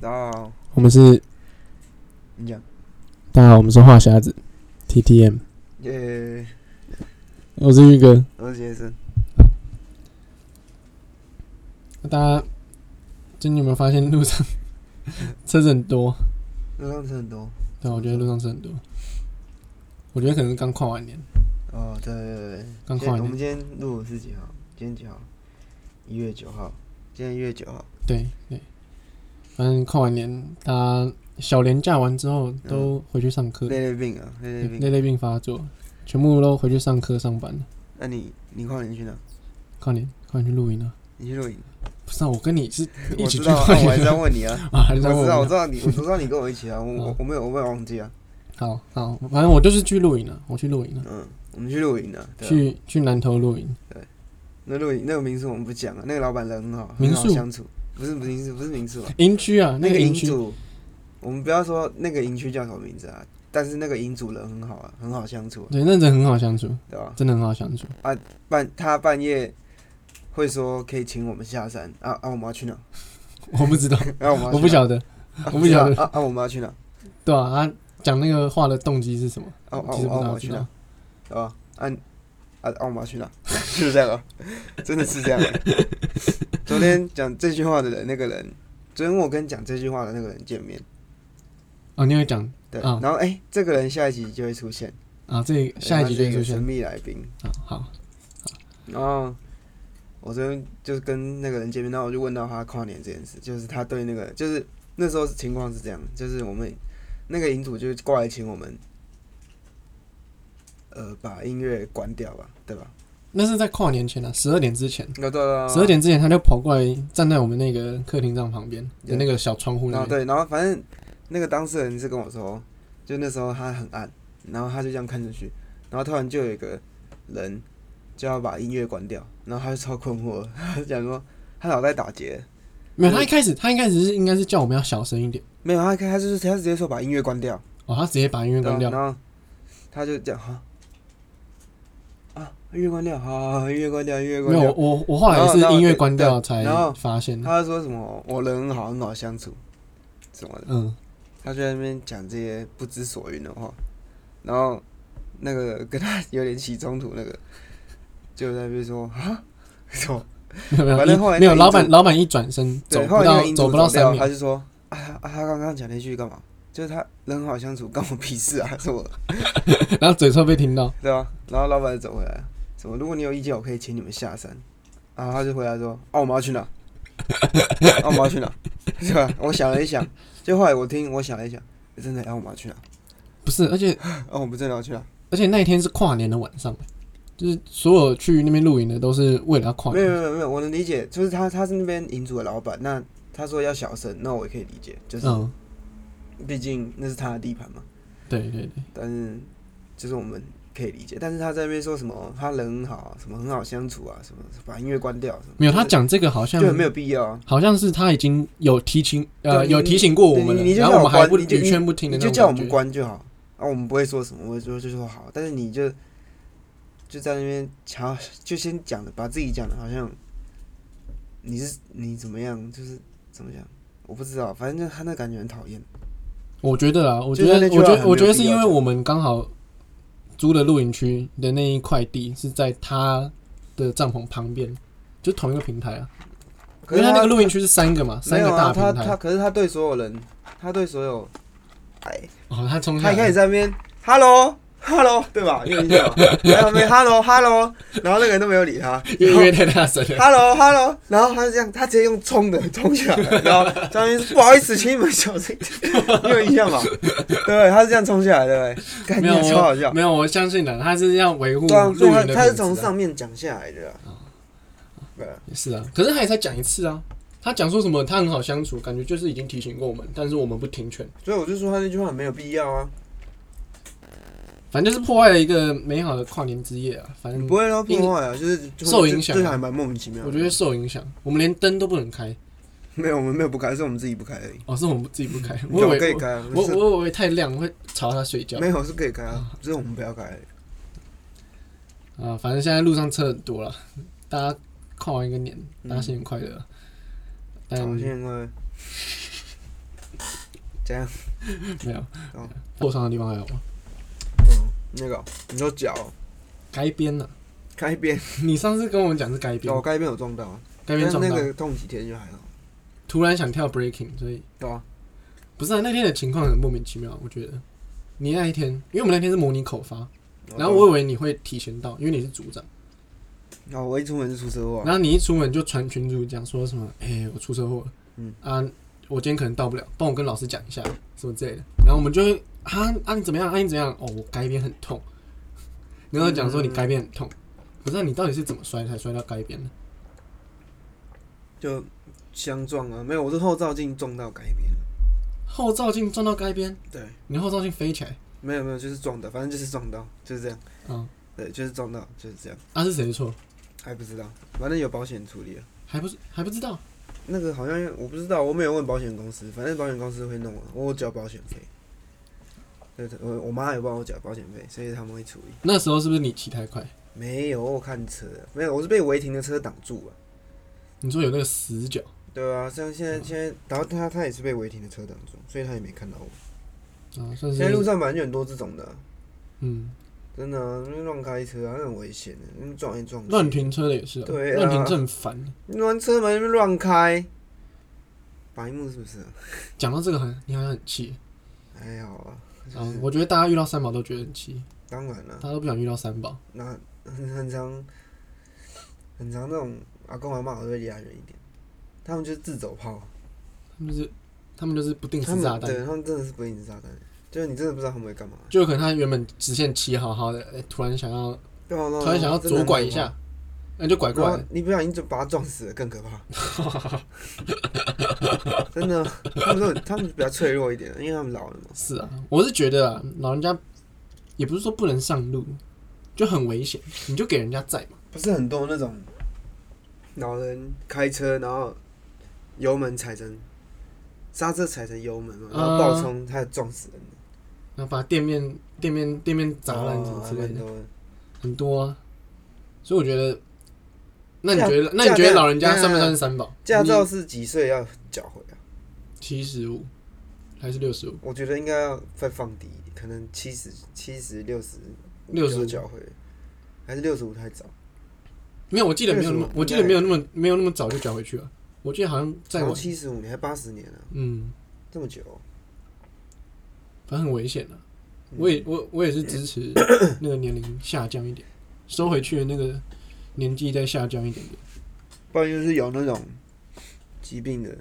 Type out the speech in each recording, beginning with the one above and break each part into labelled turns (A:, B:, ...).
A: 然后
B: 我们是
A: 你讲，
B: 大家好，我们是话匣子 TTM，
A: 耶，
B: 我是玉哥。
A: 我是呃杰森，
B: 大家今天有没有发现路上 车子很多？
A: 路上车很多。
B: 对啊，我觉得路上车很多。我觉得可能是刚跨完年，
A: 哦，对对对对，今天
B: 刚跨
A: 我
B: 完
A: 们
B: 年。
A: 今天录的是几号？今天几号？一月九号。今天一月九号。
B: 对对，反正跨完年，大家小年假完之后都回去上课，
A: 累累病啊，累累
B: 对
A: 病。
B: 累累病发作，全部都回去上课上班了。
A: 那你你跨年去哪？
B: 跨年，跨年去露营啊！
A: 你去露营？
B: 不是啊，我跟你是一
A: 我
B: 起
A: 知
B: 去
A: 道啊，
B: 跨
A: 我还
B: 年
A: 是
B: 的
A: 要问你啊。
B: 啊？还
A: 我
B: 是
A: 知
B: 在问
A: 道，我
B: 我哦
A: 知道你，我知道你跟我一起啊。 我我我没有，我没有忘记啊。
B: 好好，反正我就是去露营了，我去露营了，啊
A: 嗯，我们去露营啊。对啊
B: 去去南头露营，
A: 那露营那个民宿我们不讲啊了，那个老板人很好，
B: 民
A: 很好
B: 宿
A: 相处。不是不是民宿，不是民宿啊，
B: 营区啊，
A: 那
B: 个
A: 个
B: 营
A: 营
B: 区
A: 主，我们不要说那个营区叫什么名字啊，但是那个营主人很好啊，很好相处啊，
B: 对，那人很好相处，
A: 对吧？
B: 真的很 好相处。
A: 半他半夜会说可以请我们下山啊啊，我们要去哪？
B: 我不知道，
A: 啊，我们要去哪
B: 我不晓得，
A: 啊
B: 我不晓得
A: 是啊啊啊，我们要去哪？
B: 对啊，他讲那个话的动机是什么？
A: 哦哦
B: 其实不
A: 哦
B: 知道
A: 我
B: 知
A: 知
B: 道
A: 道。对吧？啊啊啊，我们要去哪？ 是这样啊，真的是这样啊。昨天讲这句话的人，那个人，昨天我跟讲这句话的那个人见面，
B: 哦，你会讲
A: 对，
B: 啊
A: 然后哎、这个人下一集就会出现，
B: 啊，这下一集就会
A: 对他是
B: 出
A: 个神
B: 现
A: 秘来宾，
B: 啊，好，
A: 然后我昨天就是跟那个人见面，然后我就问到他跨年这件事，就是他对那个，就是那时候情况是这样，就是我们那个营主就过来请我们，呃，把音乐关掉吧，对吧？
B: 那是在跨年前啊，十二点之前，
A: 那对啊，
B: 十二点之前他就跑过来站在我们那个客厅帐旁边
A: 对
B: 的那个小窗户
A: 然
B: 那
A: 后
B: 边，
A: 对，然后反正那个当事人是跟我说，就那时候他很暗，然后他就这样看出去，然后突然就有一个人就要把音乐关掉，然后他就超困惑， 他就讲说他脑袋打结了，
B: 没有，他一开始他一开始是应该是叫我们要小声一点，
A: 没有他他就是他直接说把音乐关掉，
B: 哦，他直接把音乐
A: 对啊
B: 关掉，
A: 然后他就讲哈啊音乐关掉，好好好音乐关掉，音乐关
B: 没有，
A: 掉。
B: 我我后来
A: 然后
B: 是
A: 然后
B: 音乐
A: 对
B: 关掉
A: 对
B: 才
A: 然后
B: 发现，
A: 他就说什么我人很好，很好相处，什么的。
B: 嗯，
A: 他就在那边讲这些不知所云的话，然后那个跟他有点起冲突那个，就在那边说啊，什么？
B: 没有没有
A: 反正后来那
B: 一，
A: 个
B: 没有老
A: 银
B: 板
A: 主
B: 老板一转身走
A: 对，
B: 不
A: 后来那
B: 到
A: 个银主
B: 走不到三
A: 掉，他
B: 秒，
A: 就说啊啊，他刚刚讲那句干嘛？就是他人很好相处，干我屁事啊，什么的
B: 然后嘴臭被听到，
A: 对吧、然后老板就走回来，什么？如果你有意见，我可以请你们下山。然后他就回来说：“啊，我们要 去哪？啊，我们要去哪？是吧？”我想了一想，就后来我听，我想了一想，真的要、啊、我们要去哪？
B: 不是，而且
A: 啊，我们真的要去哪？
B: 而且那一天是跨年的晚上，就是所有去那边露营的都是为了要跨
A: 没有
B: 年，
A: 没有没有，我能理解，就是他他是那边银主的老板，那他说要小声，那我也可以理解，就是
B: 嗯，
A: 毕竟那是他的地盘嘛。
B: 对对对，
A: 但是就是我们可以理解，但是他在那边说什么他人很好啊，什么很好相处啊，什么把音乐关掉什么，
B: 没有他
A: 就是
B: 讲这个好像
A: 就很没有必要啊。
B: 好像是他已经有提醒
A: 对
B: 呃
A: 你
B: 有提醒过我
A: 对
B: 们了
A: 你你，就
B: 然
A: 叫
B: 后
A: 我
B: 我们还
A: 关
B: 不
A: 你就
B: 屡劝不听的
A: 你
B: 那
A: 就
B: 种
A: 叫我
B: 感
A: 们
B: 觉，
A: 关就好啊，我们不会说什么，我就就说好，但是你就就在那边瞧，就先讲的，把自己讲的好像你是你怎么样，就是怎么讲，我不知道，反正就他那感觉很讨厌。
B: 我觉得啦，我
A: 就
B: 觉
A: 是那
B: 得
A: 句
B: 我
A: 话
B: 觉
A: 很
B: 得
A: 没有
B: 我觉得
A: 必
B: 是
A: 要
B: 因为
A: 讲
B: 我们刚好租的露营区的那一块地是在他的帐篷旁边，就同一个平台啊，因为他那个露营区是三个嘛，
A: 没
B: 三个
A: 有
B: 大
A: 啊，
B: 平
A: 他
B: 台
A: 他，可是他对所有人，他对所有，哎，
B: 哦，他冲
A: 他
B: 下
A: 一开
B: 来
A: 始。在那边 hello hello 对吧？有印象吧？ 然后那边 hello hello，然后那个人都没有理他，
B: 越
A: 然后
B: 越太大声了，
A: hello hello，然后他就这样，他直接用冲的冲下来，然后张云说不好意思，请你们小心，你有印象吧？对不对？他是这样冲下来，对不对？感
B: 没
A: 觉
B: 有
A: 超好笑
B: 我，没有，我相信的，他是要维护
A: 对啊，
B: 露
A: 所以
B: 营
A: 他
B: 的
A: 他是
B: 品质啊
A: 从上面讲下来的啊，对啊。
B: 是啊，可是他也才讲一次啊。他讲说什么？他很好相处，感觉就是已经提醒过我们，但是我们不听劝，
A: 所以我就说他那句话很没有必要啊，
B: 反正就是破坏了一个美好的跨年之夜啊。反正
A: 不会说破坏啊，就是就
B: 受影响
A: 就还蛮莫名其妙的。
B: 我觉得受影响，我们连灯都不能开。
A: 没有，我们没有不开，是我们自己不开而已。
B: 哦，是我们自己不开。
A: 你
B: 我
A: 懂
B: 以
A: 可以
B: 为
A: 开啊，
B: 我
A: 是
B: 我我以为太亮会吵他睡觉
A: 没有是可以开啊，只是我们不要开而已。
B: 啊。反正现在路上车很多了，大家嗯跨完一个年，大家新年快乐。但
A: 好，现在嗯这样，
B: 没有
A: 哦。
B: 受伤的地方还有吗？
A: 嗯，那个你说脚
B: 该边呢？
A: 该边，
B: 你上次跟我们讲是该边
A: 哦，，该边有撞到啊，
B: 该边
A: 但
B: 撞
A: 那
B: 到，
A: 个痛几天就还好，
B: 突然想跳 breaking，所以
A: 对啊，
B: 不是啊，那天的情况很莫名其妙，我觉得。你那一天，因为我们那天是模拟口发，
A: 啊
B: 然后我以为你会提前到，因为你是组长。
A: 哦，我一出门就出车祸啊，
B: 然后你一出门就传群主讲说什么，哎、我出车祸了，
A: 哦嗯
B: 啊，我今天可能到不了，帮我跟老师讲一下什么之类的。然后我们就会啊啊你怎么样啊你怎么样哦我该边很痛，然后讲说你该边很痛，不知道你到底是怎么摔才摔到该边的？
A: 就相撞啊，没有，我是后照镜撞到改边了，
B: 后照镜撞到该边，
A: 对，
B: 你后照镜飞起来，
A: 没有没有，就是撞到，反正就是撞到，就是这样，
B: 嗯，
A: 对，就是撞到，就是这样，
B: 啊是谁的错？
A: 还不知道，反正有保险处理啊。
B: 还不是还不知道，
A: 那个好像我不知道，我没有问保险公司，反正保险公司会弄啊，我交保险费。对对，我我妈有帮我缴保险费，所以他们会处理。
B: 那时候是不是你骑太快？
A: 没有，我有看车的，没有，我是被违停的车挡住啊了。
B: 你说有那个死角，
A: 对啊，像现在现在，然后他他也是被违停的车挡住，所以他也没看到我。
B: 啊，算
A: 现在路
B: 是
A: 上蛮有很多这种的啊、
B: 嗯，
A: 真的啊、那乱开车啊，那很危险的，那撞一撞去。
B: 乱停车的也是、啊，
A: 对啊
B: 乱停车很烦。
A: 乱车门那边乱开，白目是不是啊？
B: 讲到这个很，你好像很气，
A: 还好啊，
B: 啊，我觉得大家遇到三宝都觉得很气，
A: 当然了、
B: 大家都不想遇到三宝。
A: 那很很常很常那种阿公阿妈我都会离他远一点，他们就是自走炮，
B: 他们就是他们就是不定
A: 他
B: 时炸
A: 们
B: 弹，
A: 对他们真的是不定时炸弹，就是你真的不知道他们会干嘛。
B: 就有可能他原本直线骑好好的，哎突然想要
A: 对啊对啊
B: 突然想要
A: 真的
B: 左
A: 很哦
B: 拐一
A: 可怕
B: 下，那就拐过来
A: 然后
B: 了。
A: 你不小心就把他撞死了，更可怕。真的，他们都很他们比较脆弱一点，因为他们老了嘛。
B: 是啊，我是觉得啊，老人家也不是说不能上路，就很危险，你就给人家载嘛。
A: 不是很多那种老人开车，然后油门踩成刹车踩成油门嘛，然后爆冲，他撞死人，
B: 然后把店面店面店面砸烂什么之
A: 哦还
B: 类
A: 蛮
B: 的，
A: 多的。
B: 很多啊。所以我觉得，那你
A: 驾
B: 觉得那你觉
A: 驾照
B: 得老人家算不
A: 对啊
B: 算三宝？
A: 驾照是几岁要缴回啊？
B: 七十五还是六十五？
A: 我觉得应该要再放低，一点，可能七十、七十六十、
B: 65
A: 缴回，还是六十五太早。
B: 没有，我记得没有那
A: 65
B: 么
A: 应，该
B: 我记得没有那么没有那么早就缴回去了。我记得好像再
A: 然
B: 晚
A: 后，哦七十五，你还八十年啊，
B: 嗯，
A: 这么久哦、
B: 反正很危险的、啊。
A: 嗯
B: 我也我我也是支持那个年龄下降一点，收回去的那个年纪再下降一点点。
A: 不然就是有那种疾病的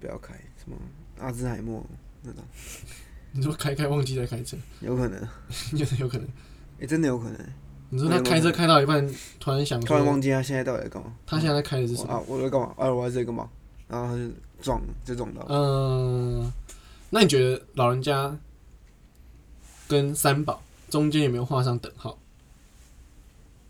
A: 不要开，什么阿兹海默那种，
B: 你说开开忘记再开车，
A: 有可能，
B: 有有可能。
A: 哎、真的有可能、
B: 你说
A: 没
B: 他
A: 有
B: 开车
A: 没有
B: 开到一半，突然想
A: 突然
B: 说
A: 忘记他现在到底在干嘛。
B: 他现在在开的是什么？
A: 啊，我在干嘛？啊，我在这里干嘛？然后他就撞了，就撞到了。
B: 嗯、那你觉得老人家跟三宝中间有没有画上等号？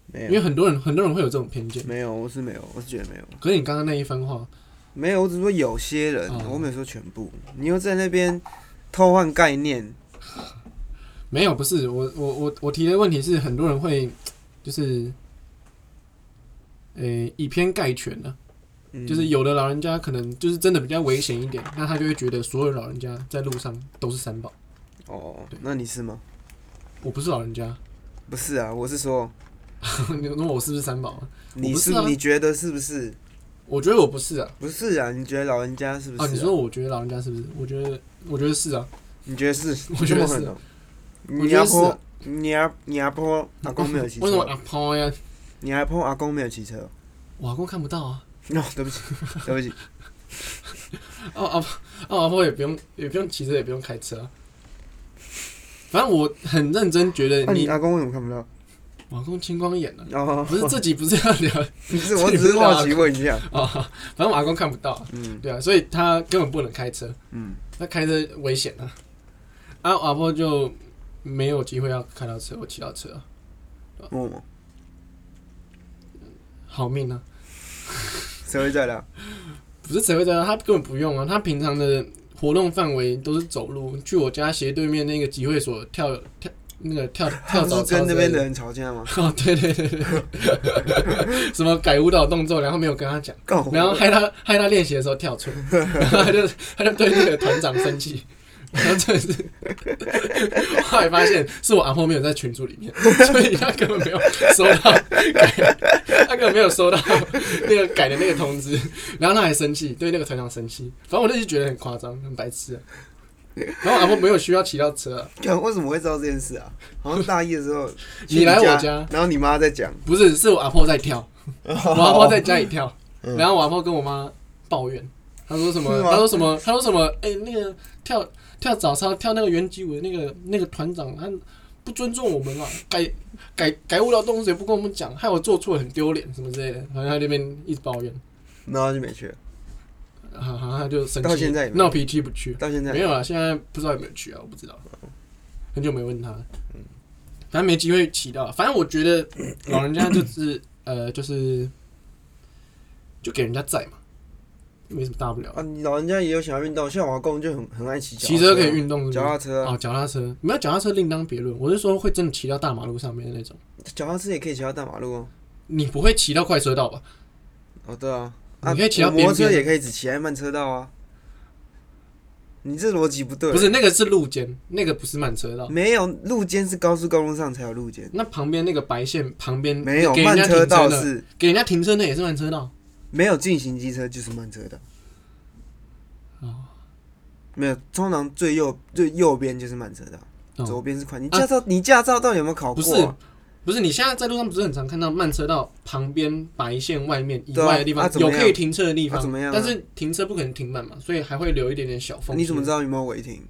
A: 没
B: 因为
A: 有，
B: 很多人很多人会有这种偏见。
A: 没有，我是没有，我是觉得没有。
B: 可是你刚刚那一番话，
A: 没有，我只说有些人，
B: 哦
A: 我没有说全部。你又在那边偷换概念，
B: 没有，不是我我我我提的问题是，很多人会就是，呃、以偏概全呢、
A: 嗯
B: 就是有的老人家可能就是真的比较危险一点，那他就会觉得所有老人家在路上都是三宝。
A: 哦，那你是吗？
B: 我不是老人家，
A: 不是啊，我是说
B: 你说我是不是三宝啊？
A: 你
B: 不
A: 是
B: 是啊
A: 你觉得是不是？
B: 我觉得我不是啊。
A: 不是啊，你觉得老人家是不是、
B: 啊，你说，我觉得老人家是不是？我觉得我觉得是啊。
A: 你觉得是？
B: 我觉得
A: 这么狠哦
B: 我
A: 你
B: 觉
A: 阿
B: 得是
A: 婆
B: 啊，
A: 你阿你阿婆阿公没有骑
B: 为什么
A: 车，
B: 阿婆呀？
A: 你阿婆阿公没有骑车。
B: 我阿公看不到啊。
A: 哦，对不 起，对不起，
B: 哦阿婆哦阿婆也不用也不用骑车也不用开车啊、反正我很认真觉得
A: 那
B: 你
A: 啊你阿公为什么看不到？
B: 我阿公青光眼了、
A: 哦，
B: 不是这集不是要聊
A: 不是，我只是好奇问一下。
B: 啊、反正我阿公看不到，
A: 嗯
B: 对啊，所以他根本不能开车，
A: 嗯，
B: 他开车危险啊。啊，我阿婆就没有机会要开到车，我骑到车啊，
A: 默默，
B: 好命啊！
A: 谁会在的？
B: 不是谁会知道，他根本不用啊，他平常的活动范围都是走路，去我家斜对面那个集会所跳跳那个跳
A: 他
B: 跳
A: 不 是
B: 蚤操
A: 跟那
B: 之类
A: 边
B: 的
A: 的。人吵架吗？
B: 哦，对对对对， 什么改舞蹈动作，然后没有跟他讲，
A: 够。
B: 然后害他害他练习的时候跳错，然后他就他就对那个团长生气，然后真的是，后来发现是我阿婆没有在群组里面，所以他根本没有收到改，他根本没有收到那个改的那个通知，然后他还生气，对那个团长生气，反正我那就觉得很夸张，很白痴、啊。然后阿婆没有需要骑到车啊、
A: 干为什么会知道这件事啊？好像大一的时候去
B: 你来我
A: 家
B: 家，
A: 然后你妈在讲，哦
B: 不是，是我阿婆在跳，我阿婆在家里跳，然后我阿婆跟我妈抱怨，她说什么
A: 嗯是吗？
B: 她说什么？她说什么？哎、那个跳跳早操跳那个原击舞的那个那个团长，他不尊重我们啊，改改改无聊动作也不跟我们讲，害我做错很丢脸什么之类的，然后她那边一直抱怨，
A: 然后就没去了，
B: 哈、啊、哈，她就生气，
A: 到现在也没有
B: 闹脾气不去，
A: 到现在
B: 没有啊，现在不知道有没有去啊，我不知道，很久没问她了，反正没机会骑到，反正我觉得老人家就是 呃，就是就给人家载嘛，没什么大不了
A: 啊。。你老人家也有想要运动，像我阿公就很很爱骑脚踏啊
B: 骑车可以运动是不是
A: 脚踏车啊，
B: 哦，脚踏车，没有脚踏车另当别论。我是说会真的骑到大马路上面的那种，
A: 脚踏车也可以骑到大马路哦。
B: 你不会骑到快车道吧？
A: 哦，对啊，啊
B: 你可以骑到
A: 我摩托
B: 边
A: 车
B: 边
A: 也可以只骑在慢车道啊。你这逻辑不对，
B: 不是，那个是路肩，那个不是慢车道。
A: 没有路肩是高速公路上才有路肩，
B: 那旁边那个白线旁边
A: 没有
B: 给人
A: 慢
B: 家停
A: 车
B: 车
A: 道
B: 的，
A: 是
B: 给人家停车那也是慢车道。
A: 没有进行机车就是慢车道。
B: 哦
A: 没有，通常最右最右边就是慢车道，左
B: 哦，
A: 边是快。你
B: 啊
A: 驾照、你驾照到底有没有考
B: 不
A: 过
B: 是
A: 啊、
B: 不是，你现在在路上不是很常看到慢车道旁边白线外面以
A: 对啊
B: 外的地方、
A: 啊怎么
B: 有
A: 样
B: 可以停车的地
A: 啊
B: 方，
A: 怎么样啊
B: 但是停车不可能停满嘛，所以还会留一点点小缝。
A: 你怎么知？道有没有违停？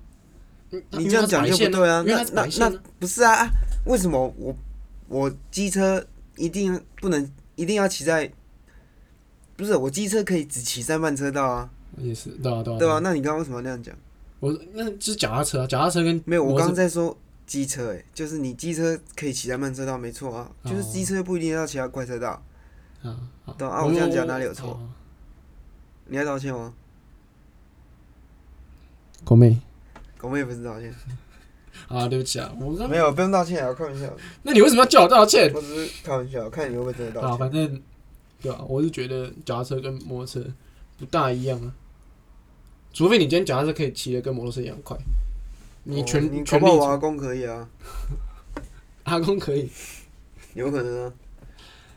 B: 嗯
A: 你这样讲就不对啊！
B: 因为
A: 那
B: 它是
A: 那
B: 白线啊因为它是白线
A: 那
B: 啊
A: 不是啊？啊为什么我我机车一定不能一定要骑在？不是我机车可以只骑在慢车道啊，
B: 也是对啊对啊
A: 对吧、那你刚刚为什么要那样讲？
B: 我那就是脚踏车啊，脚踏车跟
A: 没有，我
B: 摩托
A: 刚刚
B: 车
A: 在说机车、欸，就是你机车可以骑在慢车道，没错啊，就是
B: 哦
A: 机车不一定要骑在快车道。
B: 啊，哦好
A: 对啊我这样讲哪里有错？你要道歉吗？
B: 狗妹
A: 我们也不是道歉，
B: 哦啊，对不起啊，我刚
A: 没有，不用道歉啊，我开玩 笑，
B: 那你为什么要叫我道歉？
A: 我只是开玩笑，看你会不会真的道
B: 啊，
A: 歉。
B: 反正对啊，我是觉得脚踏车跟摩托车不大一样啊，除非你今天脚踏车可以骑得跟摩托车一样快，你全、
A: 哦你搞
B: 全
A: 不
B: 力
A: 好我阿公可以啊，
B: 阿公可以，
A: 有可能啊。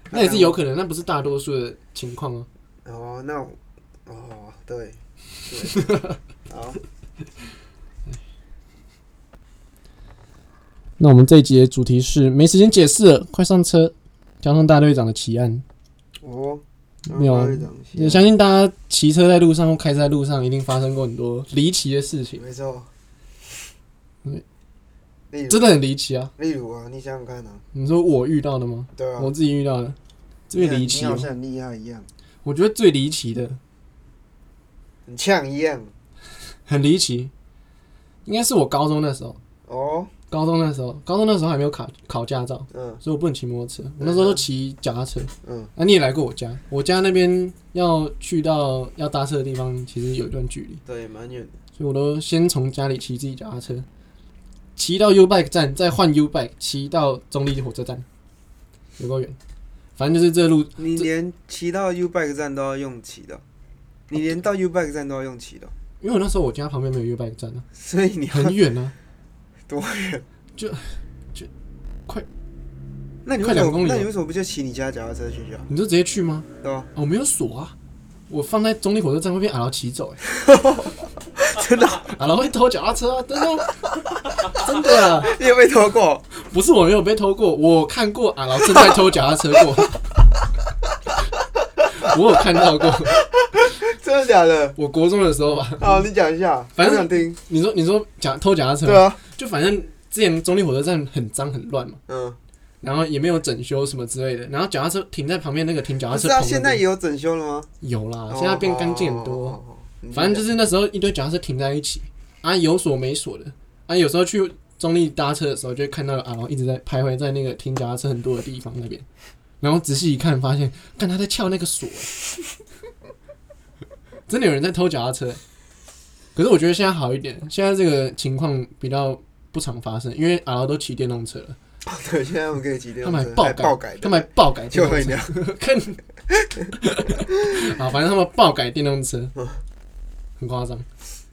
B: 那也是有可能，那不是大多数的情况啊。
A: 哦，那我哦，对，对，好，
B: 那我们这一集的主题是没时间解释了，快上车，交通大队长的奇案。
A: 我
B: 没有啊也相信大家骑车在路上或开车在路上，一定发生过很多离奇的事情，
A: 没错。
B: 嗯
A: 例如
B: 真，的很离奇啊！
A: 例如啊，你想想看啊，
B: 你说我遇到的吗？
A: 对啊，
B: 我自己遇到的，最离
A: 你
B: 奇
A: 好
B: 哦，
A: 像很厉害一样，
B: 我觉得最离奇的，
A: 很呛一样。
B: 很离奇，应该是我高中那时候，
A: 哦，
B: 高中那时候，高中那时候还没有考考驾照，
A: 嗯
B: 所以我不能骑摩托车，我那时候都骑脚踏车。
A: 嗯，
B: 啊，你也来过我家，我家那边要去到要搭车的地方，其实有一段距离。
A: 对，蛮远的。
B: 所以我都先从家里骑自己脚踏车，骑到 U Bike 站，再换 U Bike 骑到中立火车站，有够远。反正就是这路，
A: 你连骑到 U Bike 站都要用骑的，你连到 U Bike 站都要用骑的，
B: 因为我那时候我家旁边没有 U Bike 站 啊，
A: 所以你要
B: 很远啊，
A: 多远？
B: 快，
A: 那你为
B: 快
A: 什
B: 两公
A: 么？
B: 里哦
A: 那
B: 了
A: 你为什么不就骑你家脚踏车去就好？
B: 你就直接去吗？
A: 对吧？
B: 哦，我没有锁啊，我放在中立火车站会被阿劳骑走、欸，
A: 真的，
B: 阿劳会偷脚踏车啊，真的啊， 真的啊，
A: 你有被偷过？
B: 不是我没有被偷过，我看过阿劳正在偷脚踏车过， 我有看到过，
A: 真的假的？
B: 我国中的时候吧，
A: 好，你讲一下，
B: 反正
A: 我想听。
B: 你说你说脚偷脚踏车吗
A: 对啊，
B: 就反正之前中立火车站很脏很乱嘛，
A: 嗯，
B: 然后也没有整修什么之类的，然后脚踏车停在旁边那个停脚
A: 不
B: 踏
A: 是
B: 车
A: 啊，
B: 棚那边，
A: 现在也有整修了吗？
B: 有啦，现在变干净很多。
A: 哦。
B: 反正就是是那时候一堆脚踏车停在一起，啊有锁没锁的，啊有时候去中立搭车的时候就会看到阿龙一直在徘徊在那个停脚踏车很多的地方那边，然后仔细一看发现，看他在撬那个锁、欸 真的有人在偷脚踏车欸、可是我觉得现在好一点，现在这个情况比较不常发生，因为阿劳都骑电动车了，
A: 对，现在我们可以骑电动
B: 他们
A: 车，
B: 还爆
A: 还
B: 改，
A: 爆改的，
B: 他们还爆改电
A: 就
B: 动
A: 会
B: 车
A: 那，样。
B: 看，啊，
A: 嗯
B: 反正他们爆改电动车，很夸张，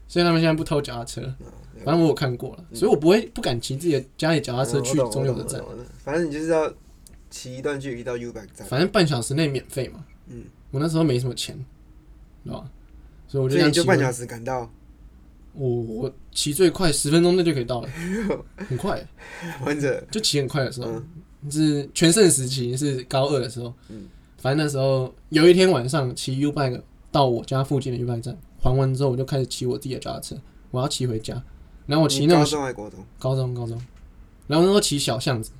B: 所以他们现在不偷脚踏车。
A: 嗯嗯
B: 反正我有看过了，所以我不会不敢骑自己的家里脚踏车去
A: 我懂
B: 中
A: 我
B: 友
A: 懂
B: 的
A: 我
B: 站
A: 懂，我懂反正你就是要骑一段距离到 U back 站，
B: 反正半小时内免费嘛。
A: 嗯，
B: 我那时候没什么钱，知道吧？所以我就
A: 所
B: 这
A: 以
B: 样
A: 你
B: 骑
A: 就半
B: 回。
A: 小时赶到，
B: 我我骑最快十分钟内就可以到了，很快、
A: 完整。
B: 就骑很快的时候，
A: 嗯
B: 是全盛时期，是高二的时候。
A: 嗯
B: 反正那时候有一天晚上骑 U bike 到我家附近的 U bike 站，还完之后我就开始骑我自己的脚踏车，我要骑回家。然后我骑
A: 你
B: 那
A: 高
B: 种
A: 中还国中，
B: 高中高中，然后那时候骑小巷子，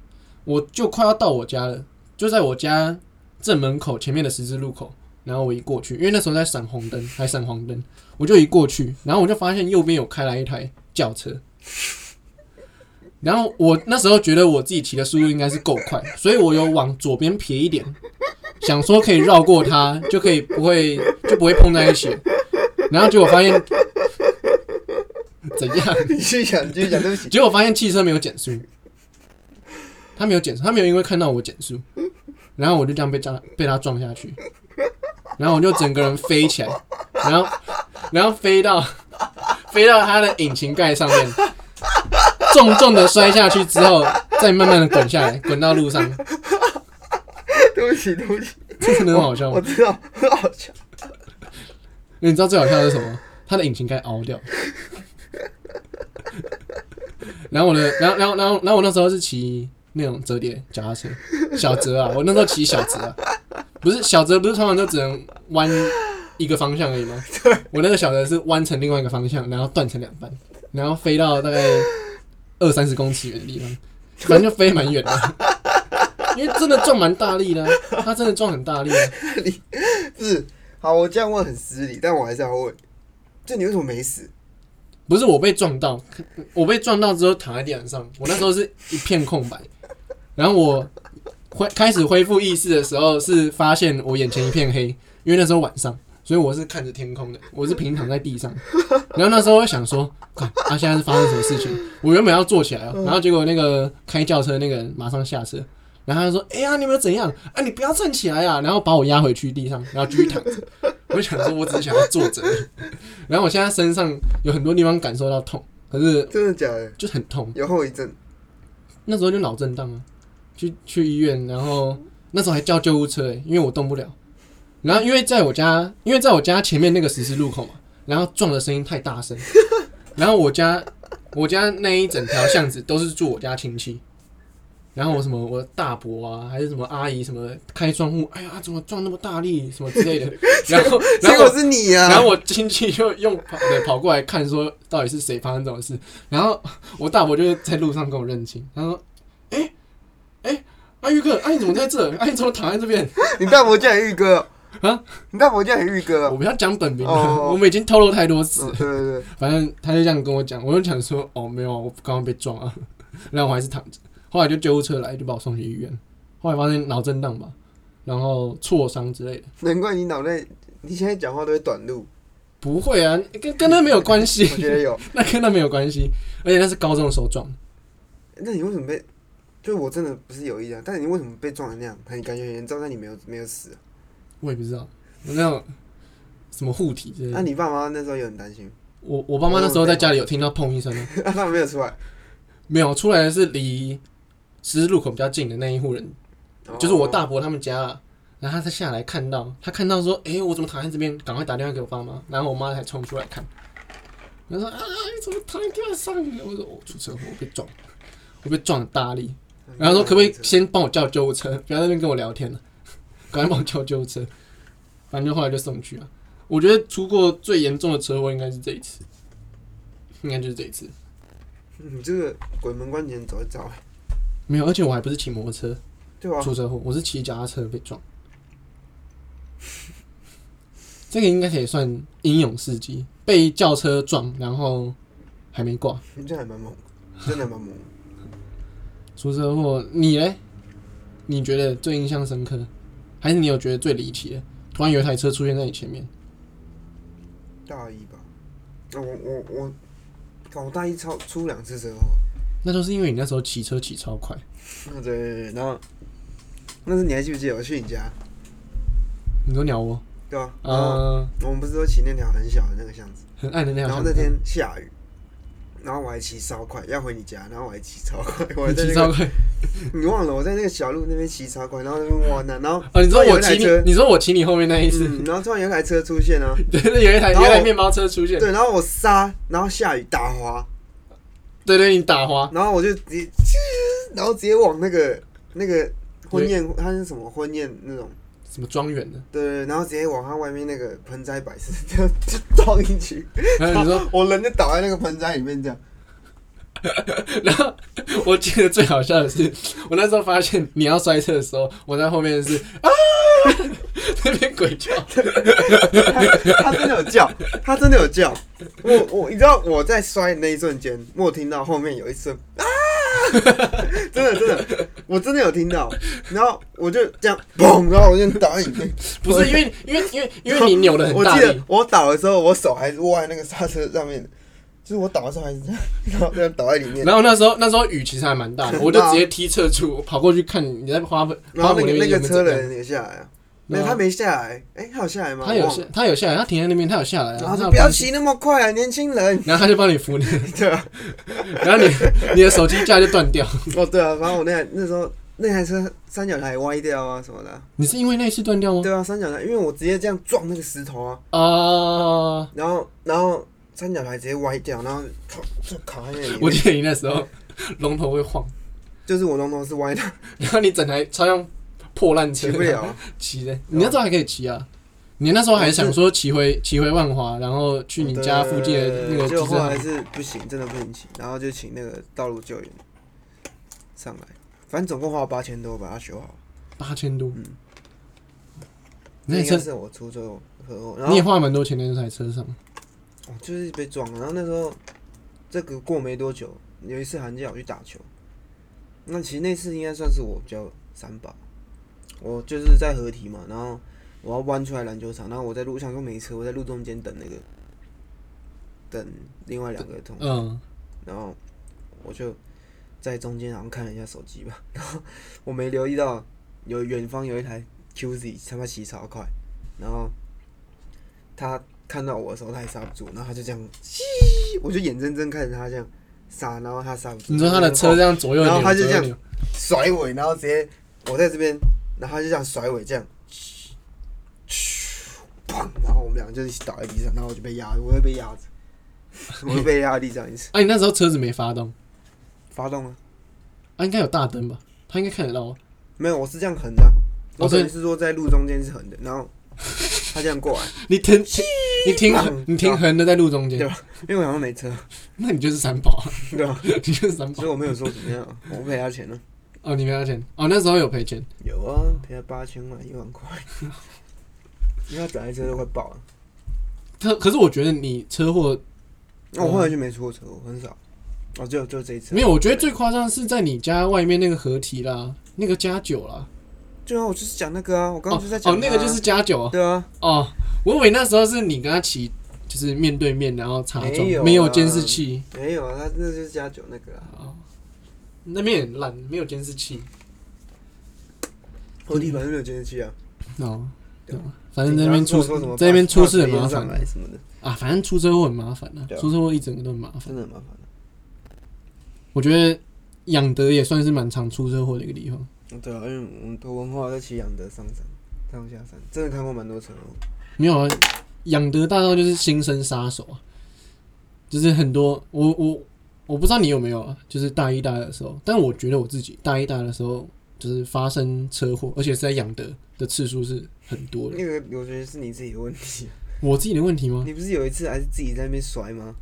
B: 我就快要到我家了，就在我家正门口前面的十字路口。然后我一过去，因为那时候在闪红灯，还闪黄灯，我就一过去，然后我就发现右边有开来一台轿车。然后我那时候觉得我自己骑的速度应该是够快，所以我有往左边撇一点，想说可以绕过它，就可以不会就不会碰在一起。然后结果发现 怎样？
A: 你继续讲，你继续讲，对不起。
B: 结果发现汽车没有减速，他没有减速，他没有因为看到我减速，然后我就这样被撞被他撞下去，然后我就整个人飞起来，然后然后飞到飞到他的引擎盖上面，重重的摔下去之后，再慢慢的滚下来，滚到路上，
A: 对不起，对不起，
B: 这真的很好笑
A: 我。知道，很好笑。
B: 你知道最好笑的是什么？他的引擎盖凹掉。然后我的，然后然后然后然后我那时候是骑那种折叠脚踏车，小折啊，我那时候骑小折啊，不是小折，不是通常就只能弯一个方向而已吗？我那个小折是弯成另外一个方向，然后断成两半，然后飞到大概二三十公尺远的地方，反正就飞蛮远的，因为真的撞蛮大力的啊、他真的撞很大力、啊，
A: 不是，好，我这样问很失礼，但我还是要问，就你为什么没死？
B: 不是我被撞到，我被撞到之后躺在地板上，我那时候是一片空白。然后我恢开始恢复意识的时候，是发现我眼前一片黑，因为那时候晚上，所以我是看着天空的，我是平躺在地上。然后那时候我想说，看他、啊、现在是发生什么事情？我原本要坐起来哦，然后结果那个开轿车那个人马上下车，然后他就说：“哎、呀，你们怎样？啊，你不要站起来啊！”然后把我压回去地上，然后继续躺着。我就想说，我只是想要坐着而已。然后我现在身上有很多地方感受到痛，可是
A: 真的假的？
B: 就很痛。
A: 有后遗症？
B: 那时候就脑震荡啊，去去医院，然后那时候还叫救护车、欸，因为我动不了。然后因为在我家，因为在我家前面那个十字路口嘛，然后撞的声音太大声， 然后我家我家那一整条巷子都是住我家亲戚，然后我什么我大伯啊，还是什么阿姨什么开窗户，哎呀怎么撞那么大力什么之类的，然后然
A: 结
B: 后
A: 果是你呀、
B: 然后我亲戚就用跑对跑过来看，说到底是谁发生这种事。然后我大伯就是在路上跟我认亲，他说：“哎、哎，阿玉哥，哎、你怎么在这？哎、你怎么躺在这边？
A: 你大伯竟然玉哥
B: 啊？
A: 你大伯竟然玉哥
B: 我
A: 哦？
B: 不要讲本名了，
A: 哦
B: 我们已经透露太多次。
A: 嗯对对对，
B: 反正他就这样跟我讲，我就想说：哦，没有啊，我刚刚被撞啊， 然后我还是躺着。后来就救护车来，就把我送去医院。后来发现脑震荡吧，然后挫伤之类的。
A: 难怪你脑袋，你现在讲话都会短路。
B: 不会啊，跟跟那没有关系，
A: 我觉得有。
B: 那跟那没有关系，而且那是高中的时候撞的。”
A: 那你为什么被？就我真的不是有意的，但你为什么被撞成那样？很感觉很严重，但你没有没有死啊、
B: 我也不知道，我那种什么护体之类
A: 那、
B: 的。
A: 你爸妈那时候也很担心，
B: 我我爸妈那时候在家里有听到砰一声啊，
A: 他们没有出来，
B: 没有出来的是离十字路口比较近的那一户人，
A: 哦
B: 就是我大伯他们家啊。然后他下来看到，他看到说：“诶，我怎么躺在这边？赶快打电话给我爸妈。”然后我妈才冲出来看，然后说：“啊，你怎么躺在地上？”我说：“我哦出车祸，我被撞，我被撞得大力。”
A: 哦。
B: 然后说可不可以先帮我叫救护车，不要在那边跟我聊天了， 赶快帮我叫救护车。反正就后来就送去了。啊我觉得出过最严重的车祸应该是这一次，应该就是这一次。
A: 嗯你这个鬼门关前走一遭，
B: 没有，而且我还不是骑摩托车
A: 对吧、
B: 出车祸，我是骑脚踏车被撞。 这个应该可以算英勇事迹，被轿车撞，然后还没挂。
A: 你这还蛮猛，真的蛮猛。
B: 出车祸，你嘞？你觉得最印象深刻，还是你有觉得最离奇的？突然有一台车出现在你前面，
A: 大一吧，啊我我我，看我大一超出两次车祸，
B: 那就是因为你那时候骑车骑超快。
A: 嗯对对对，然后那是你还记不记得我去你家，
B: 你说鸟窝，
A: 对吧、然后
B: 呃，
A: 嗯我们不是都骑那条很小的那个巷子，
B: 很暗的那条
A: 然后
B: 巷
A: 那
B: 子，
A: 天下雨，然后我还骑超快，要回你家，然后我还骑超 快，我还
B: 你
A: 在
B: 骑
A: 那
B: 超
A: 个
B: 快
A: 你忘了我在那个小路那边骑超快，然后那边哇那，然后
B: 哦！你
A: 突
B: 说
A: 然有
B: 我
A: 一台
B: 骑你
A: 车，，
B: 你说我骑你后面那一次，
A: 嗯，然后突然有一台车出现啊，
B: 对，有一台
A: 然
B: 有
A: 后
B: 一台面包车出现，
A: 对，然后我刹，然后下雨打滑，
B: 对对，你打滑，
A: 然后我就直接，然后直接往那个那个婚宴，它是什么婚宴那种。
B: 什么庄 园的？
A: 对对，对然后直接往它外面那个盆栽摆 设这样就倒进去，
B: 然后你说，
A: 我人就倒在那个盆栽里面这样。
B: 然后我记得最好笑的是，我那时候发现你要摔车的时候，我在后面是啊， 那边鬼叫，
A: 他真的有叫，他真的有叫。我我你知道我在摔的那一瞬间，我有听到后面有一声啊， 真的真的，我真的有听到。然后我就这样嘣，然后我就倒在里面。
B: 不是因为因为因为因为你扭的很
A: 我
B: 大
A: 记
B: 力
A: 得，我倒的时候，我手还是握在那个刹车上面，就是我倒的时候还是 这样，然后这样倒在里面。
B: 然后那时候那时候雨其实还蛮大的，我就直接踢侧柱，我跑过去看你在花盆
A: 然后
B: 花
A: 那
B: 圃
A: 个
B: 边
A: 那
B: 有
A: 个
B: 没有
A: 车
B: 怎样
A: 人也下来啊，没
B: 对
A: 有
B: 啊
A: 他没下来，哎，他有下来吗？
B: 他有
A: 我忘
B: 下
A: 了
B: 他有下来，他停在那边，他有下来啊，
A: 然后
B: 他
A: 说
B: 有
A: 不要
B: 帮你，
A: 骑那么快啊，年轻人。
B: 然后他就帮你扶你，
A: 对啊，
B: 然后你你的手机架就断掉。
A: 哦对啊，反正我那台那时候那台车三角台歪掉啊什么的啊，
B: 你是因为那一次断掉吗？
A: 对啊三角台，因为我直接这样撞那个石头啊，
B: 啊，
A: 然后然后三角台直接歪掉，然后就就卡在那里
B: 我
A: 面，
B: 记得你那时候龙头会晃，
A: 就是我龙头是歪的，
B: 然后你整台超像破烂车
A: 骑不了啊，
B: 骑的，你那时候还可以骑啊。你那时候还想说骑回骑回万华，然后去你家附近的那个
A: 就
B: 机
A: 后
B: 车
A: 来
B: 行，
A: 是不行，真的不行骑，然后就请那个道路救援上来，反正总共花了八千多把它修好，
B: 八千多
A: 嗯。那
B: 那台
A: 应该
B: 车
A: 是我出车祸车祸，然后
B: 你也花蛮多钱在那台车上，
A: 哦，就是被撞了。然后那时候，这个过没多久，有一次寒假我去打球，那其实那次应该算是我比较三宝。我就是在合体嘛，然后我要弯出来篮球场，然后我在路上都没车，我在路中间等那个，等另外两个同学，
B: 嗯，
A: 然后我就在中间好像看了一下手机吧，然后我没留意到有远方有一台 QZ 他妈骑超快，然后他看到我的时候他也刹不住，然后他就这样，嘻，我就眼睁睁看着他这样刹，然后他刹不住，
B: 你说他的车这样左右
A: 然后
B: 扭，
A: 他就
B: 左右
A: 这
B: 扭，
A: 甩尾，然后直接我在这边，然后他就这样甩尾这样，砰，然后我们两个就一起倒在地上，然后我就被压，我就被压着，我就被压在地上一次，
B: 哎，你那时候车子没发动，
A: 发动了。
B: 啊，应该有大灯吧？他应该看得到啊。
A: 没有，我是这样横的啊、
B: 哦
A: 我
B: 所以
A: 等于是说在路中间是横的，然后他这样过来，
B: 你停停，你停横，你停横的在路中间
A: 对，因为我好像没车，
B: 那你就是三宝啊，
A: 对吧？
B: 你就是三宝
A: 所以我没有说怎么样啊，我赔他钱了。
B: 哦，你没要钱哦，那时候有赔钱，
A: 有啊，赔他八千块，一万块，因为他整台车都快爆了。
B: 可可是我觉得你车祸
A: 那、我后来就没出过车，我很少。哦，只有就这一次啊，
B: 没有，我觉得最夸张的是在你家外面那个合体啦，那个加酒啦，
A: 对啊，我就是讲那个啊，我刚
B: 哦
A: 刚就在讲、
B: 哦，那个就是，加酒啊
A: 对啊，
B: 哦，我以为那时候是你跟他骑，就是面对面然后擦撞
A: 没有，啊
B: 没有监视器，
A: 没有啊，他那就是加酒那个啊，
B: 哦，那边很烂，没有监视器
A: 我地板没有监视器啊，
B: 哦，
A: 对
B: 对吧？反正在那边出
A: 警察跟我说什么
B: 在那边出事很
A: 怕怕
B: 麻
A: 直接上
B: 烦
A: 来什么的，
B: 啊，反正出车祸很麻烦啊
A: 对，啊
B: 出车祸一整个都很麻烦。
A: 真的很麻烦、啊。
B: 我觉得养德也算是蛮常出车祸的一个地方。
A: 对啊，因为我们我文化在骑养德上山、上下山，真的看过蛮多车哦祸。
B: 没有啊，养德大道就是新生杀手啊，就是很多我我我不知道你有没有啊，就是大一大二的时候，但我觉得我自己大一大二的时候就是发生车祸，而且是在养德的次数是很多的。
A: 那个我觉得是你自己的问题，啊
B: 我自己的问 题吗？
A: 你不是有一次还是自己在那边摔吗？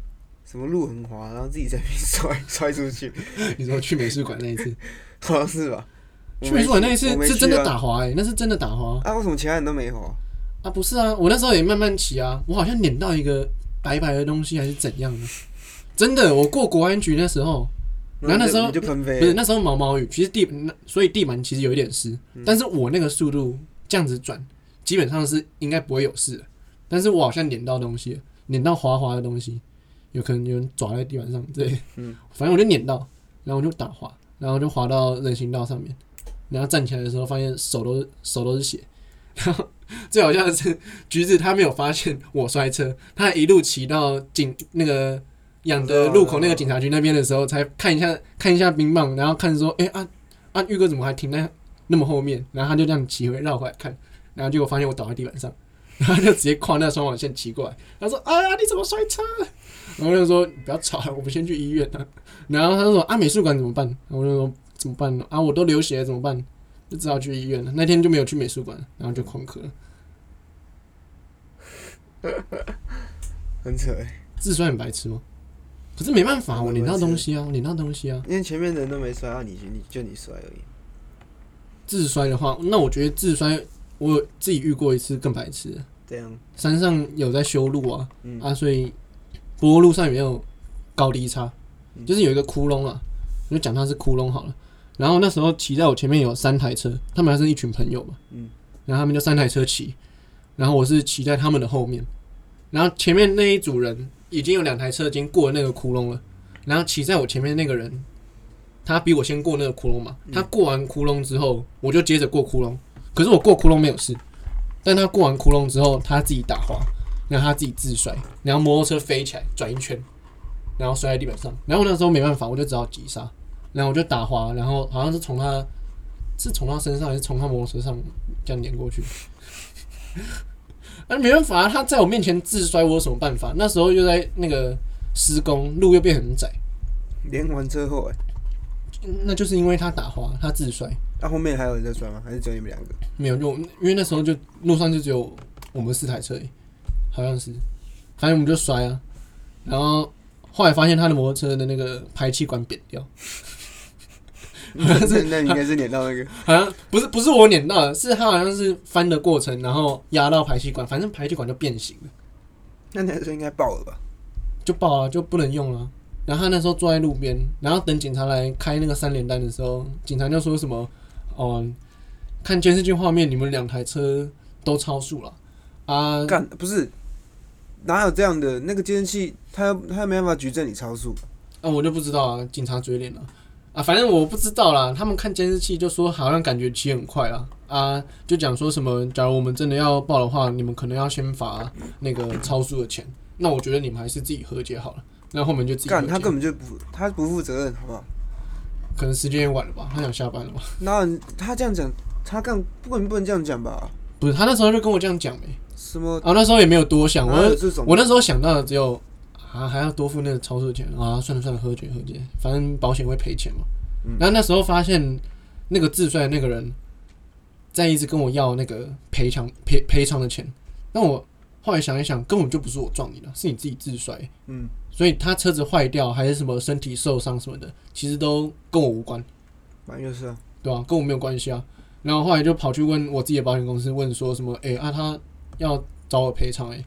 A: 什么路很滑，然后自己在那边摔摔出去，
B: 你说去美术馆那一次，
A: 好像是吧？我
B: 去美术馆那一
A: 我
B: 次
A: 没去
B: 是真的
A: 啊
B: 打滑哎、那是真的打滑
A: 啊？为什么其他人都没滑？
B: 啊，不是啊，我那时候也慢慢骑啊，我好像碾到一个白白的东西还是怎样的，真的，我过国安局那时候。然后那
A: 你就
B: 时候
A: 你就喷飞
B: 不是
A: 了，
B: 那时候毛毛雨，其实地那所以地板其实有一点湿，但是我那个速度这样子转，基本上是应该不会有事的。但是我好像碾到东西了，碾到滑滑的东西，有可能有人抓在地板上之类的。
A: 嗯
B: 反正我就碾到，然后我就打滑，然后就滑到人行道上面，然后站起来的时候发现手都手都是血， 然后最好笑的是橘子他没有发现我摔车，他一路骑到警那个养的路口那个警察局那边的时候，才看一下看一下冰棒，然后看说，哎、啊啊，玉哥怎么还停在那么后面？然后他就这样骑回绕回来看，然后结果发现我倒在地板上， 然后他就直接跨那双网线骑过来，他说，哎呀，你怎么摔车？然后我就说不要吵，我们先去医院啊。然后他就说啊，美术馆怎么办？然后我就说怎么办呢？啊，我都流血了怎么办？就只好去医院了。那天就没有去美术馆，然后就旷课了。
A: 很扯欸，
B: 自摔很白痴吗？可是没办法，
A: 我
B: 我
A: 我
B: 领到
A: 也是
B: 东西啊，我领到东西啊。
A: 因为前面的人都没摔啊，你你就你摔而已，
B: 自摔的话，那我觉得自摔，我有自己遇过一次更白痴的。
A: 这样，
B: 山上有在修路啊，
A: 嗯，
B: 啊，所以柏油路上也没有高低差，
A: 嗯
B: 就是有一个窟窿啊，我就讲它是窟窿好了。然后那时候骑在我前面有三台车，他们还是一群朋友嘛，
A: 嗯，
B: 然后他们就三台车骑，然后我是骑在他们的后面，然后前面那一组人已经有两台车已经过了那个窟窿了，然后骑在我前面那个人，他比我先过那个窟窿嘛，
A: 嗯
B: 他过完窟窿之后，我就接着过窟窿，可是我过窟窿没有事，但他过完窟窿之后，他自己打滑，然后他自己自摔，然后摩托车飞起来转一圈，然后摔在地板上，然后那时候没办法，我就只好急刹，然后我就打滑，然后好像是从他是从他身上还是从他摩托车上这样碾过去。 那没办法、啊，他在我面前自摔，我有什么办法？那时候又在那个施工，路又变很窄，
A: 连环车祸欸，
B: 那就是因为他打滑，他自摔，
A: 那、啊后面还有人在摔吗？还是只有你们两 个？
B: 没有用，因为那时候就路上就只有我们四台车而已，好像是，反正我们就摔啊，然后后来发现他的摩托车的那个排气管扁掉，
A: 那那你应该是碾到那 个，
B: 好像不是不是我碾到的，是他好像是翻的过程，然后压到排气管，反正排气管就变形了，
A: 那那时候应该爆了吧？
B: 就爆了，啊就不能用了。然后他那时候坐在路边，然后等警察来开那个三联单的时候，警察就说什么：“哦，看监视器画面，你们两台车都超速了啊！”
A: 干不是，哪有这样的？那个监视器，他他没办法举证你超速，
B: 啊，我就不知道啊，警察嘴脸了啊，反正我不知道啦。他们看监视器就说好像感觉骑很快啦，啊，就讲说什么，假如我们真的要报的话，你们可能要先罚那个超速的钱。那我觉得你们还是自己和解好了。那后面就自己和
A: 干
B: 解
A: 他根本就不他不负责任，好不好？
B: 可能时间也晚了吧，他想下班了吧？
A: 那他这样讲，他干不能不能这样讲吧？
B: 不是，他那时候就跟我这样讲没、
A: 什么？
B: 啊，那时候也没有多想，我
A: 哪有这种
B: 我那时候想到的只有啊，还要多付那个超速钱啊，算了算了，和解和解，反正保险会赔钱嘛。
A: 嗯
B: 然后那时候发现那个自摔的那个人在一直跟我要那个赔偿赔赔偿的钱，那我后来想一想，根本就不是我撞你的，是你自己自摔，
A: 嗯，
B: 所以他车子坏掉还是什么身体受伤什么的，其实都跟我无关。
A: 反正就是啊，
B: 对啊，跟我没有关系啊。然后后来就跑去问我自己的保险公司，问说什么，哎、啊他要找我赔偿，哎，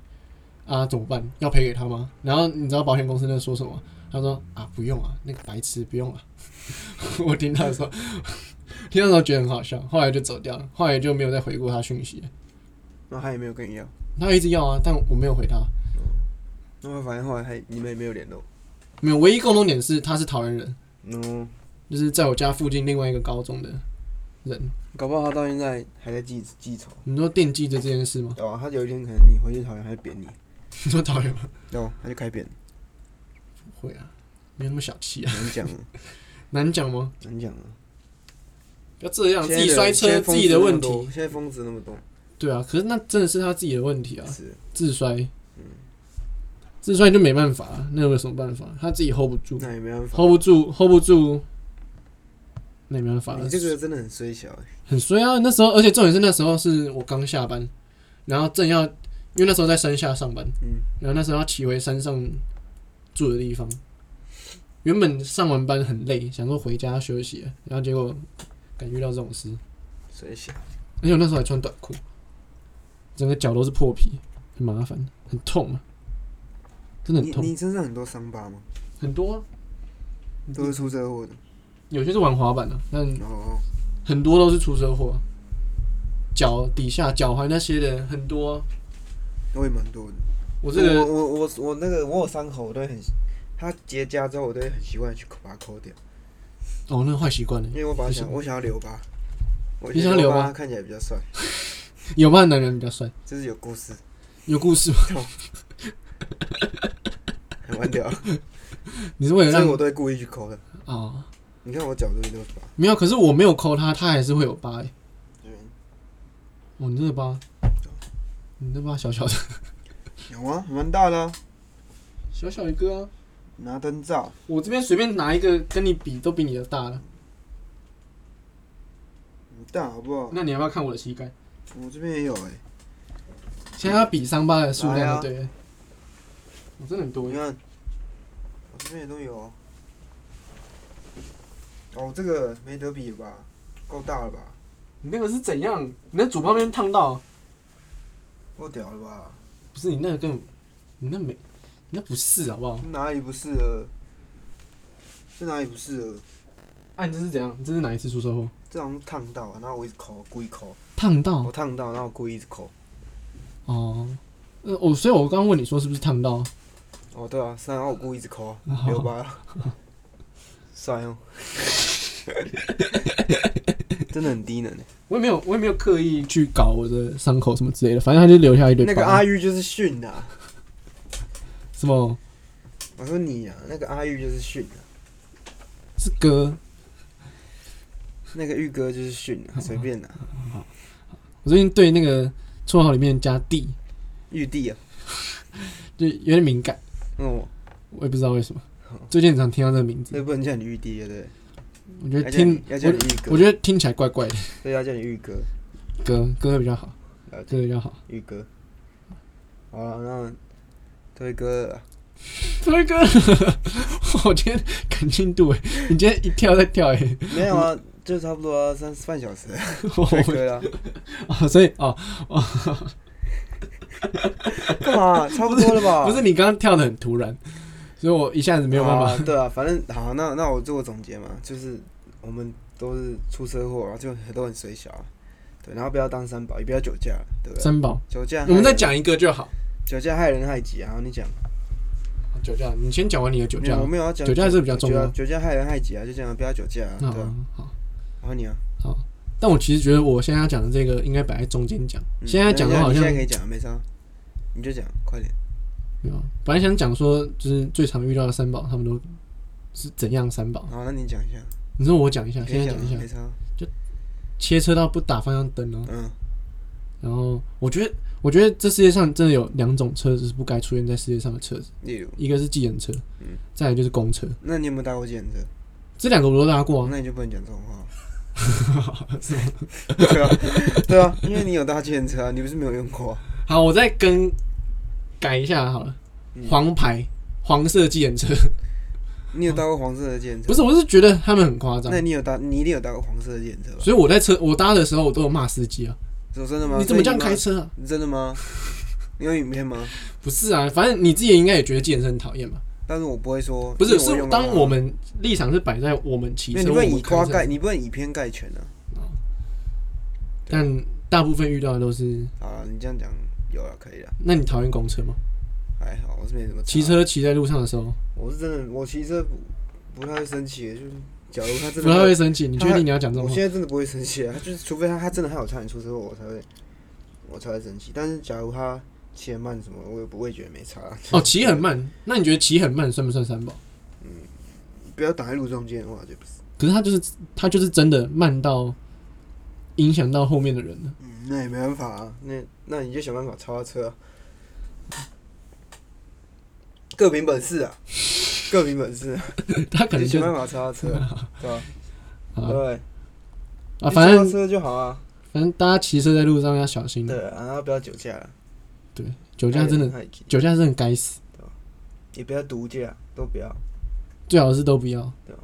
B: 啊怎么办？要赔给他吗？然后你知道保险公司那说什么？他说啊不用啊，那个白痴不用啊。 我听到的时候，听到的时候觉得很好笑，后来就走掉了，后来就没有再回过他讯息了。
A: 那他也没有跟你要，
B: 他一直要啊，但我没有回他。
A: 那么反正后来还你们也没有联络。
B: 没有，唯一共同点是他是桃园人，
A: 嗯，
B: 就是在我家附近另外一个高中的人。
A: 搞不好他到现在还在记记仇，
B: 你说惦记着这件事吗？
A: 对吧、他有一天可能你回去讨厌，他就扁你，
B: 你说桃园吗？
A: 对吧、他就开扁，
B: 不会啊，没有那么小气啊，
A: 难讲 了，
B: 难讲吗？
A: 难讲了。
B: 不要这样，自
A: 现在
B: 己摔车
A: 现在
B: 自
A: 疯子
B: 己的问
A: 那么
B: 题
A: 多。现在疯子那么多，
B: 对啊，可是那真的是他自己的问题啊，
A: 是
B: 自摔。自摔就没办法、啊，那有什么办法？他自己 hold 不住
A: 那也没办法。
B: ，hold 不住，hold 不住，那也没办法了
A: 你。这个真的很衰小、欸，
B: 很衰啊！那时候，而且重点是那时候是我刚下班，然后正要，因为那时候在山下上班，
A: 嗯，
B: 然后那时候要骑回山上住的地方。原本上完班很累，想说回家休息了，啊然后结果敢遇到这种事，
A: 衰小。
B: 而且我那时候还穿短裤，整个脚都是破皮，很麻烦，很痛啊，真的很
A: 你
B: 痛，
A: 你身上很多伤疤吗？
B: 很多、啊，
A: 都是出车祸的。
B: 有些是玩滑板的、但
A: 哦，
B: 很多都是出车祸，脚底下、脚踝那些的很多啊、
A: 我也蛮多的。
B: 我这个
A: 我我我我那个我有伤口，我都会很，它结痂之后，我都会很习惯去把它抠掉，
B: 哦，那个坏习惯了
A: 因，为我把它
B: 不行
A: 想我想要留疤，我
B: 你
A: 觉
B: 想
A: 得
B: 要留
A: 疤
B: 疤
A: 看起来比较帅，
B: 有扮的男人比较帅，
A: 这是有 故事，
B: 有故事吗？
A: 很完屌。
B: 你是为了
A: 所以我
B: 让
A: 都会故意去抠的。
B: 哦，
A: 你看我脚这边都是疤，
B: 没有，可是我没有抠它，它还是会有疤、欸。
A: 这边
B: 哦，你这个疤，你这疤小小的，
A: 有啊，蛮大的、啊，
B: 小小一个啊。
A: 拿灯罩。
B: 我这边随便拿一个跟你比，都比你的大了。
A: 很大好不好？
B: 那你要不要看我的膝盖？
A: 我这边也有哎、
B: 现在要比伤疤的数
A: 来啊
B: 量就对了。我、真的很多
A: 你
B: 耶，
A: 看，我这边也都有哦。哦，这个没得比吧？够大了吧？
B: 你那个是怎样？你那左旁边烫到？
A: 够屌了吧？
B: 不是你那个根本，你那没，你那不是好不好？
A: 哪里不适合？这哪里不适合？
B: 啊，你这是怎样？你这是哪一次出车祸？
A: 这好像是烫到啊，然后我一直抠，故意抠，
B: 烫
A: 我
B: 到
A: 烫到，然后我故意一直抠。
B: 哦，呃，我、所以我刚刚问你说是不是烫到？
A: 哦，对啊，然后我故意一直抠啊
B: 哦，
A: 留疤了，算哦。真的很低能欸
B: 我也没有，我也没有刻意去搞我的伤口什么之类的，反正他就留下一堆疤。
A: 那个阿玉就是训的啊、
B: 什么
A: 我说你啊，那个阿玉就是啊训的、
B: 是哥，
A: 那个玉哥就是训啊，随便啊，
B: 我最近对那个绰号里面加 D
A: 玉帝啊，
B: 就有点敏感，
A: 嗯，
B: 我也不知道为什么。最近很常听到这个名
A: 所
B: 字，
A: 以不能叫你玉帝，啊对不对？
B: 我觉得
A: 要叫你
B: 听
A: 要叫你
B: 我
A: 玉哥，
B: 我觉得听起来怪怪的，
A: 所以要叫你玉哥，
B: 哥哥比较好，
A: 了解
B: 哥比较好。
A: 玉哥。好了，那推哥 了啊，
B: 推哥， 我今天感进度哎，你今天一跳再跳哎，
A: 没有啊，就差不多啊三半小时，推
B: 我
A: 哥了，
B: 哦，所以哦，
A: 干嘛？差不多了吧？
B: 不是你刚刚跳的很突然，所以我一下子没有办
A: 好
B: 法
A: 啊。对啊，反正好，那那我做个总结嘛，就是我们都是出车祸，然后就都很水小啊，对，然后不要当三宝，也不要酒驾，对不对？
B: 三宝，
A: 酒驾害人，
B: 我们再讲一个就好。
A: 酒驾害人害己啊！你讲
B: 酒驾，你先讲完你的酒
A: 没
B: 驾
A: 有我。没有要讲
B: 酒驾是比较重要
A: 酒酒驾害人害己啊，就这样，不要酒驾啊，对
B: 那
A: 啊。
B: 好，
A: 然后你啊，
B: 但我其实觉得我现在要讲的这个应该摆在中间讲。
A: 嗯
B: 现在讲的
A: 那
B: 好
A: 你
B: 像
A: 现在可以讲，没差，你就讲，快点。
B: 没有，本来想讲说就是最常遇到的三宝，他们都是怎样三宝。
A: 好，那你讲一下，
B: 你说我哦讲一下，
A: 可
B: 现
A: 以
B: 在讲一
A: 啊
B: 下
A: 没，差。
B: 切车道不打方向灯啊。
A: 嗯，
B: 然后我觉得，我觉得这世界上真的有两种车子是不该出现在世界上的车子，
A: 例如，
B: 一个是计程车
A: 嗯，
B: 再来就是公车。
A: 那你有没有搭过计程车？
B: 这两个我都搭过啊。
A: 那你就不能讲这种 话。对啊，对啊，因为你有搭计程车啊，你不是没有用过啊。
B: 好，我再跟改一下好了，
A: 嗯
B: 黄牌黄色计程车，
A: 你有搭过黄色的计程车？
B: 不是，我是觉得他们很夸张
A: 那，你有搭，你一定有搭过黄色的计程车吧？
B: 所以我在车我搭的时候，我都有骂司机啊，
A: 说真的吗？
B: 你怎么这样
A: 嗯所以
B: 开
A: 你
B: 车啊？
A: 骂？真的吗？你有影片吗？
B: 不是啊，反正你自己应该也觉得计程车很讨厌吧？
A: 但是我不会说，
B: 不
A: 因
B: 是，
A: 为
B: 是
A: 用过
B: 当
A: 它
B: 我们立场是摆在我们骑
A: 因
B: 车，
A: 为你不能
B: 我
A: 以
B: 们
A: 夸
B: 开车，
A: 盖，你不能以偏概全啊。
B: 但大部分遇到的都是，
A: 好了，你这样讲有了，可以了，
B: 那你讨厌公车吗？
A: 还好，我是没怎么查
B: 骑，车骑在路上的时候，
A: 我是真的，我骑车不不太会生气，就是假如他真
B: 不太
A: 的，
B: 会生气。你确定你要讲这种
A: 我
B: 话
A: 现？在真的不会生气啊，就是除非他他真的害我差点出车祸，我才会我才会生气。但是假如他骑得慢什么，我也不会觉得没差。
B: 哦，骑很慢，那你觉得骑很慢算不算三宝？
A: 不要挡在路中间的话，就不是，
B: 可是他就是他就是真的慢到影响到后面的人了。
A: 嗯，那也没办法啊，那那你就想办法超他车啊，啊各凭本事 啊，各凭本事啊，
B: 他可
A: 你
B: 能
A: 想
B: 就
A: 办法超他车 啊，对吧？
B: 啊
A: 对。
B: 啊，
A: 就
B: 反
A: 骑
B: 正
A: 车就好啊。
B: 反正大家骑车在路上要小心。
A: 对，啊，然后不要酒驾了，
B: 对，嗯酒驾真
A: 害
B: 的
A: 人害己
B: 酒驾真的该死，
A: 也不要毒驾，都不要。
B: 最好是都不要。
A: 对啊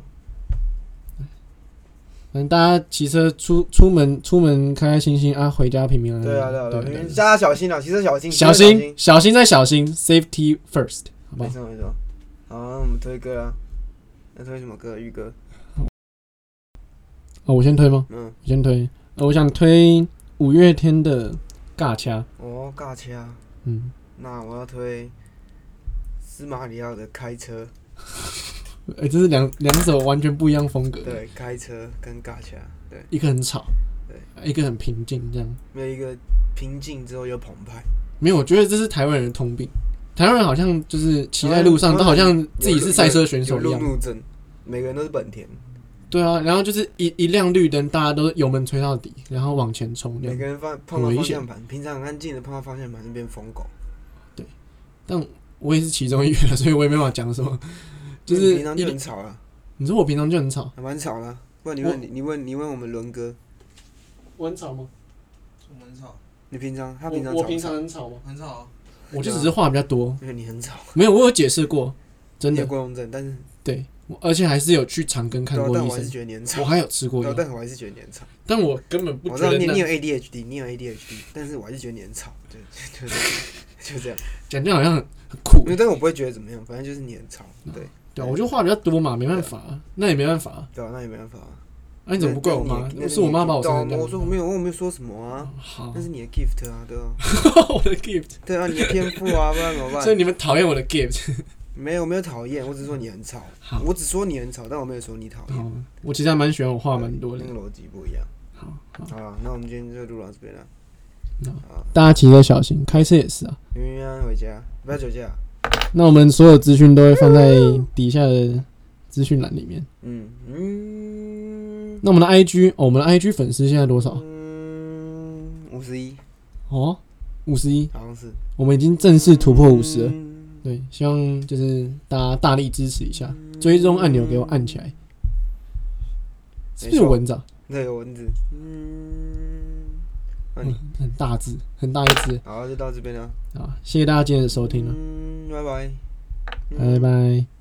B: 反正大家骑车出出门出门开开心心啊，回家平平安安。
A: 对啊，对啊，对啊，
B: 对
A: 因为
B: 对
A: 大家小心啊，骑车小心，
B: 小
A: 骑车
B: 心，小心再小心，safety first，好不
A: 没
B: 好？
A: 错没错。好，那我们推歌啊，要推什么歌？玉哥，
B: 哦，我先推吗？
A: 嗯，
B: 我先推，呃，我想推五月天的《尬掐》，
A: 哦，尬掐。
B: 嗯，
A: 那我要推司马里奥的《开车》，
B: 哎、这是两两首完全不一样风格，，
A: 对，《开车》啊跟《尬掐》，对，
B: 一个很吵，
A: 对
B: 对，一个很平静，这样。
A: 没有一个平静之后又澎湃。
B: 没有，我觉得这是台湾人的通病，台湾人好像就是骑在路上都好像自己是赛车选手
A: 有
B: 一
A: 路
B: 样。
A: 怒症，每个人都是本田，
B: 对啊，然后就是一一辆绿灯，大家都油门吹到底，然后往前冲
A: 每
B: 这样。
A: 个人放碰到方向盘，平常很安静的碰到方向盘就变疯狗，
B: 我也是其中一员，啊所以我也没办法讲 什么。就是
A: 你平常就
B: 一
A: 很吵了，
B: 你说我平常就很吵，
A: 还蛮吵了。不然你
B: 我
A: 问你你问你问我们伦哥，
B: 我很吵吗？
C: 我们很吵，
A: 你平常他平常吵啊不吵，
B: 很吵吗？
C: 很吵，
B: 我就只是话比较多，
A: 因为你很吵，
B: 没有我有解释过，真
A: 你有
B: 的
A: 过动症，但是
B: 对，我而且还是有去长庚看
A: 对啊
B: 过
A: 但
B: 医
A: 我还是
B: 生，
A: 觉得你很
B: 我
A: 吵，
B: 还有吃过
A: 对啊
B: 药，
A: 但我还是觉得你很吵。
B: 但我根本不
A: 我知
B: 觉
A: 道
B: 得
A: 你你
B: 那
A: 有 ADHD，你有 ADHD，但是我还是觉得你很吵，对， 就就就就这样。
B: 讲这样好像很酷
A: 因，为但是我不会觉得怎么样，反正就是你很吵，对
B: 对啊，我就话比较多嘛，没办法啊，那也没办法啊，
A: 对啊，那也没办法啊。
B: 那你怎么不怪我妈
A: 那那？你
B: 是我妈把我
A: 对啊
B: 生成哦
A: 我
B: 这
A: 说
B: 样
A: 我没有，我没有说什么啊，
B: 好
A: 那，是你的 gift 啊，对啊，
B: 我的 gift，
A: 对啊，你的天赋 啊，不然怎么
B: 所以
A: 办？
B: 你们讨厌我的 gift，
A: 没有没有讨厌，我只是说你很吵
B: 好，
A: 我只说你很吵，但我没有说你讨厌。
B: 好，我其实还蛮喜欢我话蛮多的
A: 那，个逻辑不一样。
B: 好，好，
A: 好了，那我们今天就录到这边了，
B: 大家骑车小心，开车也是啊。
A: 明明安安回家，不要酒驾。
B: 那我们所有资讯都会放在底下的资讯栏里面。
A: 嗯嗯
B: 那我们的 IG，、哦、我们的 IG 粉丝现在多少？
A: 嗯，五十一，
B: 哦，五十一，
A: 好像是
B: 我们已经正式突破五十了。
A: 嗯
B: 对，希望就是大家大力支持一下，追踪按钮给我按起来。是不是有蚊子、啊？
A: 那个蚊子，嗯，那
B: 嗯
A: 你，
B: 很大只，很大一只
A: 好，就到这边了，
B: 啊！谢谢大家今天的收听了，
A: 嗯，拜拜，
B: 拜拜。